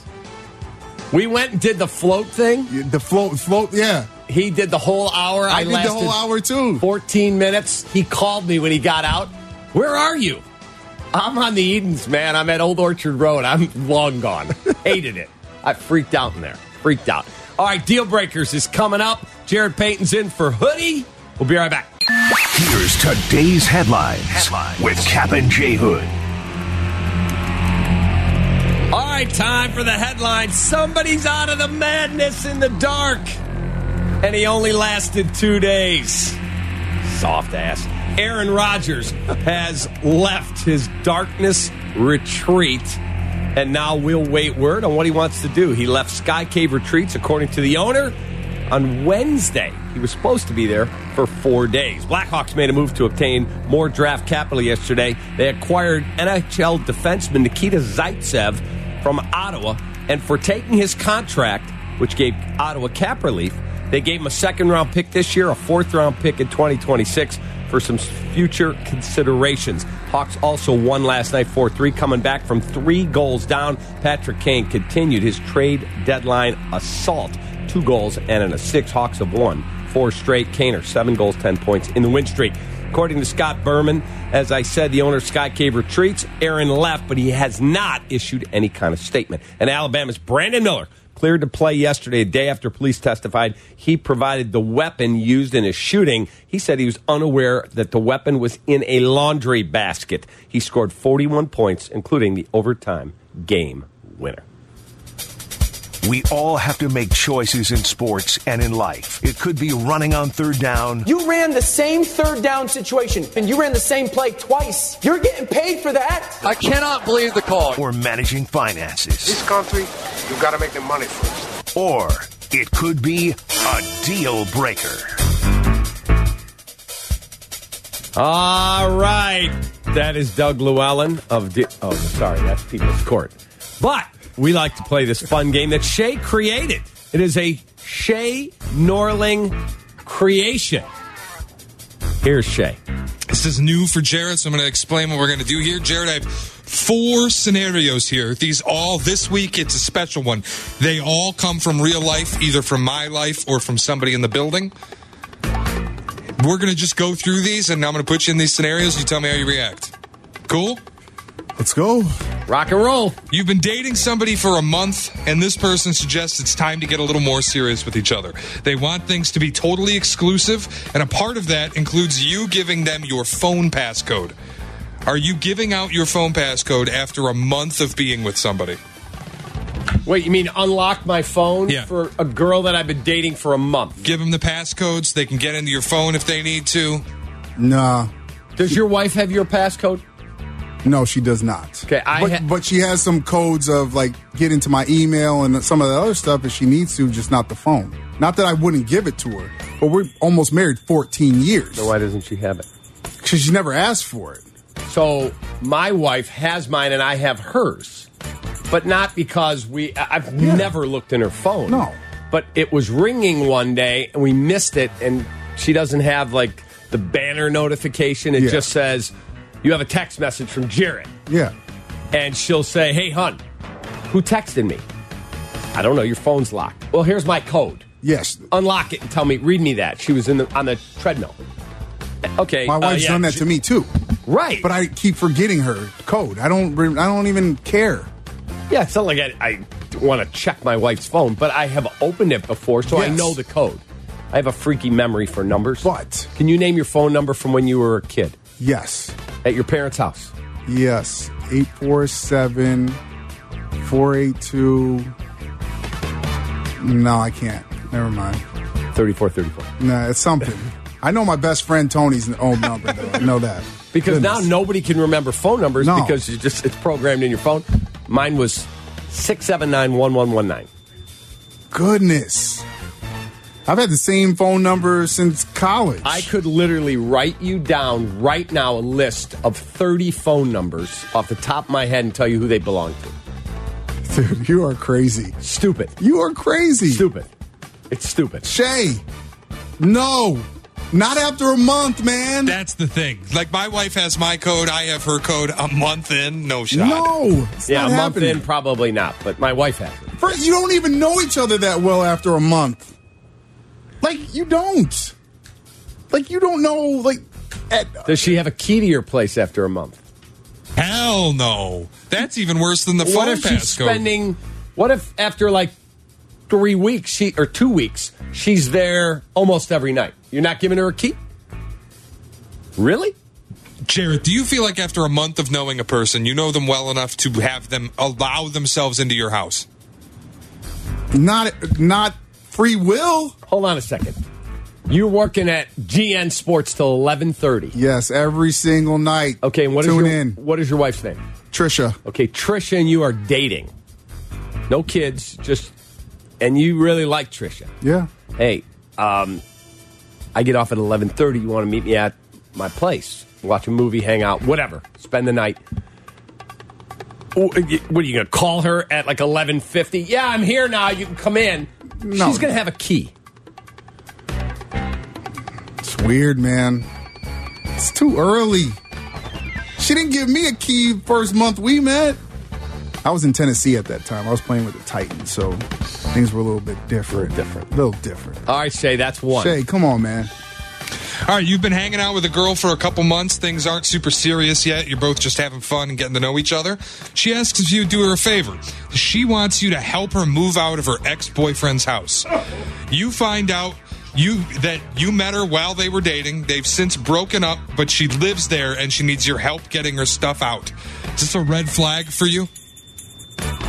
E: We went and did the float thing.
F: the float, float, yeah.
E: He did the whole hour. I,
F: I did the whole
E: lasted
F: hour too.
E: 14 minutes. He called me when he got out. Where are you? I'm on the Edens, man. I'm at Old Orchard Road. I'm long gone. Hated it. I freaked out in there. Freaked out. All right, Deal Breakers is coming up. Jared Payton's in for Hoodie. We'll be right back.
A: Here's today's headlines, with Cap and J Hood.
E: All right, time for the headline. Somebody's out of the madness in the dark. And he only lasted two days. Soft ass. Aaron Rodgers has left his darkness retreat. And now we'll wait word on what he wants to do. He left Sky Cave Retreats, according to the owner, on Wednesday. He was supposed to be there for four days. Blackhawks made a move to obtain more draft capital yesterday. They acquired NHL defenseman Nikita Zaitsev from Ottawa, and for taking his contract, which gave Ottawa cap relief, they gave him a second round pick this year, a fourth round pick in 2026 for some future considerations. Hawks also won last night 4 3, coming back from three goals down. Patrick Kane continued his trade deadline assault. Two goals and an assist. Hawks have won four straight. Kaner, seven goals, 10 points in the win streak. According to Scott Berman, as I said, the owner of Sky Cave retreats. Aaron left, but he has not issued any kind of statement. And Alabama's Brandon Miller cleared to play yesterday, a day after police testified he provided the weapon used in his shooting. He said he was unaware that the weapon was in a laundry basket. He scored 41 points, including the overtime game winner.
A: We all have to make choices in sports and in life. It could be running on third down.
M: You ran the same third down situation and you ran the same play twice. You're getting paid for that.
K: I cannot believe the call.
A: Or managing finances.
N: This country, you gotta make the money first.
A: Or it could be a deal breaker.
E: All right. That is Doug Llewellyn of. Di- oh, sorry. That's People's Court. But we like to play this fun game that Shay created. It is a Shay Norling creation. Here's Shay.
C: This is new for Jared, so I'm going to explain what we're going to do here. Jared, I have four scenarios here. These all this week, it's a special one. They all come from real life, either from my life or from somebody in the building. We're going to just go through these, and I'm going to put you in these scenarios. You tell me how you react. Cool?
F: Let's go.
E: Rock and roll.
C: You've been dating somebody for a month, and this person suggests it's time to get a little more serious with each other. They want things to be totally exclusive, and a part of that includes you giving them your phone passcode. Are you giving out your phone passcode after a month of being with somebody?
E: Wait, you mean unlock my phone
C: Yeah.
E: for a girl that I've been dating for a month?
C: Give them the passcodes. They can get into your phone if they need to.
F: Nah,
E: Does your wife have your passcode?
F: no, she does not.
E: Okay, I
F: but,
E: ha-
F: but she has some codes of like get into my email and some of the other stuff if she needs to, just not the phone. Not that I wouldn't give it to her, but we're almost married 14 years.
E: So why doesn't she have it?
F: Because she never asked for it.
E: So my wife has mine and I have hers, but not because we. I- I've never looked in her phone.
F: No.
E: but it was ringing one day and we missed it, and she doesn't have like the banner notification. It
F: Yeah.
E: just says you have a text message from Jared,
F: Yeah.
E: and she'll say, "Hey, hun, who texted me? I don't know. Your phone's locked. Well, here's my code.
F: Yes.
E: Unlock it and tell me. Read me that." She was in the on the treadmill. Okay,
F: My
E: uh,
F: wife's
E: yeah,
F: done that
E: she-
F: to me too.
E: Right,
F: But I keep forgetting her code. I don't re- I don't even care.
E: Yeah, it's not like I, I want to check my wife's phone, but I have opened it before, so I
F: Yes.
E: know the code. I have a freaky memory for numbers.
F: But
E: Can you name your phone number from when you were a kid
F: yes.
E: at your parents' house?
F: Yes. 847 482 No, I can't. Never mind.
E: 3434.
F: Nah, it's something. I know my best friend Tony's own number though. I know that.
E: Because now nobody can remember phone numbers
F: No.
E: because you just it's programmed in your phone. Mine was 679 1119.
F: Goodness. I've had the same phone number since college.
E: I could literally write you down right now a list of 30 phone numbers off the top of my head and tell you who they belong to.
F: Dude, you are crazy.
E: Stupid.
F: You are crazy.
E: Stupid. It's stupid.
F: Shay, no. Not after a month, man.
C: That's the thing. Like my wife has my code, I have her code. A month in, no shot.
F: No,
E: yeah,
F: a
E: month
F: happening.
E: in, probably not. But my wife has it.
F: Fr- You don't even know each other that well after a month. Like you don't. Like you don't know. Like at
E: Does she have a key to your place after a month?
C: Hell no. That's even worse than the
E: What
C: phone
E: if she's
C: pass code.
E: spending? What if after like three weeks, she or two weeks, she's there almost every night? You're not giving her a key? Really?
C: Jared, do you feel like after a month of knowing a person, you know them well enough to have them allow themselves into your house?
F: not not free will.
E: Hold on a second. You're working at GN Sports till 11:30.
F: Yes, every single night.
E: Okay, and what is
F: Tune
E: your
F: in.
E: what is your wife's name?
F: Trisha.
E: Okay, Trisha and you are dating. No kids, just and you really like Trisha.
F: Yeah.
E: Hey, um, I get off at eleven thirty. You want to meet me at my place? Watch a movie, hang out, whatever. Spend the night. Oh, y- What are you going to call her at like eleven fifty? Yeah, I'm here now. You can come in.
F: No.
E: She's going to have a key.
F: It's weird, man. It's too early. She didn't give me a key first month we met. I was in Tennessee at that time. I was playing with the Titans, so things were a little bit different. different. A little different.
E: All right, Shay, that's one.
F: Shay, come on, man.
C: All right, you've been hanging out with a girl for a couple months. Things aren't super serious yet. You're both just having fun and getting to know each other. She asks if you would do her a favor. She wants you to help her move out of her ex-boyfriend's house. You find out you that you met her while they were dating. They've since broken up, but she lives there and she needs your help getting her stuff out. Is this a red flag for you?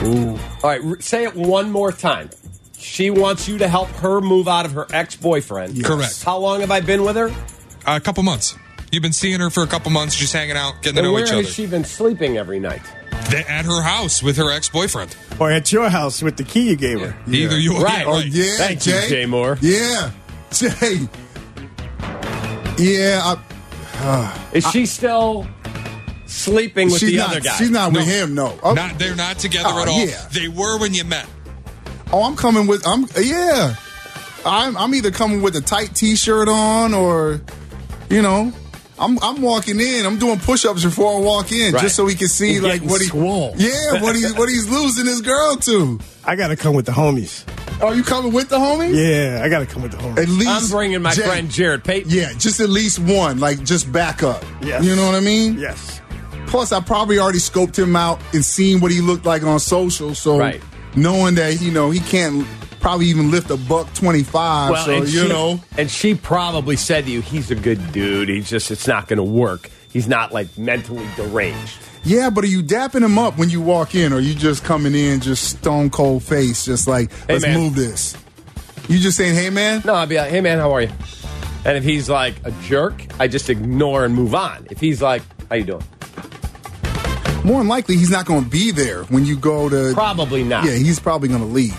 E: All right, r- say it one more time. She wants you to help her move out of her ex boyfriend.
C: Correct.
E: How long have I been with her?
C: a couple months. You've been seeing her for a couple months, just hanging out, getting to
E: and
C: know
E: where
C: each other.
E: has she been sleeping every night?
C: They- at her house with her ex-boyfriend.
I: Or at your house with the key you gave her.
C: Either you
E: Right.
F: Oh yeah,
E: Thank
F: Jay.
E: you, Jay Moore.
F: Yeah, Jay. Yeah, I,
E: Is she still sleeping with
F: she's
E: the
F: not.
E: other guy?
F: She's not with him. No. Oh,
C: Not, they're not together
F: Oh,
C: at all.
F: yeah.
C: They were when you met.
F: oh, I'm coming with. I'm yeah. I'm I'm either coming with a tight T-shirt on or, you know, I'm I'm walking in. I'm doing push-ups before I walk in,
E: Right.
F: just so he can see
E: He's
F: like
E: getting
F: what he.
E: swole.
F: Yeah, what he what he's losing his girl to.
I: I gotta come with the homies.
F: Are you coming with the homie?
I: Yeah, I gotta come with the homies.
F: At least
E: I'm bringing my
F: Jay-
E: friend Jared Payton.
F: Yeah, just at least one. Like just back up.
I: Yes.
F: You know what I mean?
I: Yes.
F: Plus, I probably already scoped him out and seen what he looked like on social. So
E: Right.
F: knowing that you know he can't probably even lift a buck twenty five.
E: Well,
F: so
E: and
F: you
E: she,
F: know,
E: and she probably said to you, "He's a good dude. He's just it's not going to work. He's not like mentally deranged."
F: yeah. But are you dapping him up when you walk in, or you just coming in just stone cold face, just like let's
E: man.
F: move this? You just saying, hey man,
E: No, I'd be like, "Hey, man, how are you?" And if he's like a jerk, I just ignore and move on. If he's like, "How you doing?"
F: more than likely he's not going to be there when you go to.
E: Probably not.
F: Yeah, he's probably going to leave.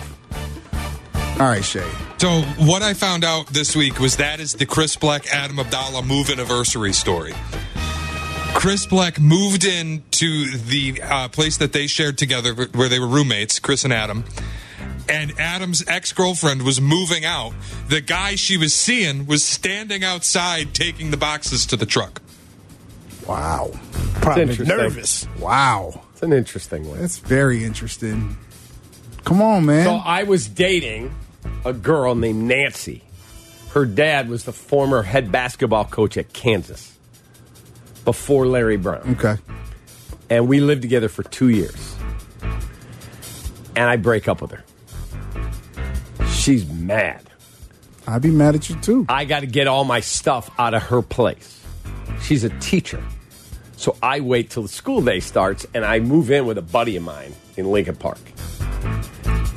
F: All right, Shay.
C: So what I found out this week was that is the Chris Black Adam Abdallah move anniversary story. Chris Black moved in to the uh, place that they shared together where they were roommates, Chris and Adam. And Adam's ex girlfriend was moving out. The guy she was seeing was standing outside taking the boxes to the truck.
F: Wow,
I: Probably
E: interesting.
I: nervous.
F: wow,
E: It's an interesting one.
F: that's very interesting. Come on, man.
E: So I was dating a girl named Nancy. Her dad was the former head basketball coach at Kansas before Larry Brown.
F: okay.
E: And we lived together for two years. And I break up with her. She's mad.
F: I'd be mad at you too.
E: I got to get all my stuff out of her place. She's a teacher. So I wait till the school day starts and I move in with a buddy of mine in Lincoln Park.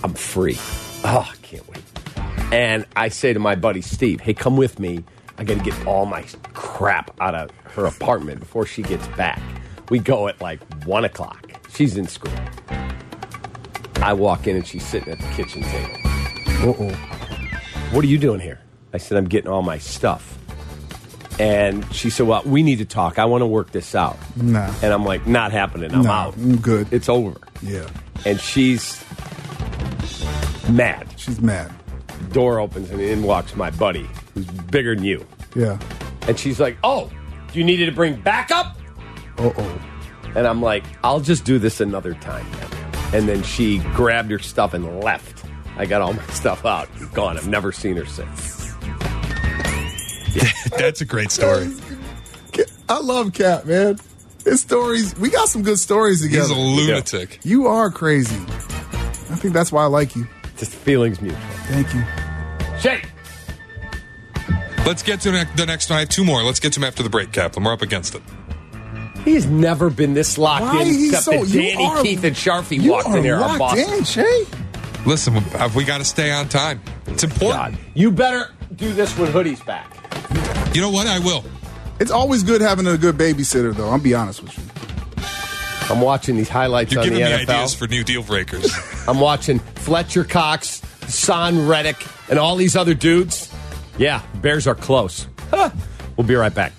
E: I'm free. Oh, I can't wait. And I say to my buddy Steve, hey, come with me. I got to get all my crap out of her apartment before she gets back. We go at like one o'clock. She's in school. I walk in and she's sitting at the kitchen table.
I: Uh-oh.
E: What are you doing here? I said, I'm getting all my stuff. And she said, Well, we need to talk. I want to work this out.
F: Nah.
E: And I'm like, Not happening. I'm
F: No,
E: out.
F: I'm good.
E: It's over.
F: Yeah.
E: And she's mad.
F: She's mad.
E: Door opens and in walks my buddy, who's bigger than you.
F: Yeah.
E: And she's like, Oh, you needed to bring backup?
F: Uh oh.
E: And I'm like, I'll just do this another time. man." And then she grabbed her stuff and left. I got all my stuff out. Gone. I've never seen her since.
C: That's a great story.
F: I love Cap, man. His stories, we got some good stories together.
C: He's a lunatic.
F: You are crazy. I think that's why I like you.
E: Just feelings mutual.
F: Thank you.
E: Shake.
C: Let's get to ne- the next one. I have two more. Let's get to them after the break, Kaplan. We're up against it.
E: He's never been this locked
F: Why
E: in
F: he
E: except
F: so-
E: that
F: you
E: Danny,
F: are-
E: Keith, and Sharfy
F: you
E: walked in
F: are
E: here on
F: locked
E: Boston.
F: in, Shay.
C: Listen, we- we got to stay on time. It's important.
E: You better do this when Hoodie's back.
C: You know what? I will.
F: It's always good having a good babysitter, though. I'll be honest with you.
E: I'm watching these highlights
C: You're
E: on the
C: giving me
E: NFL.
C: ideas for new deal breakers.
E: I'm watching Fletcher Cox, Son Reddick, and all these other dudes. Yeah, Bears are close. Huh. We'll be right back.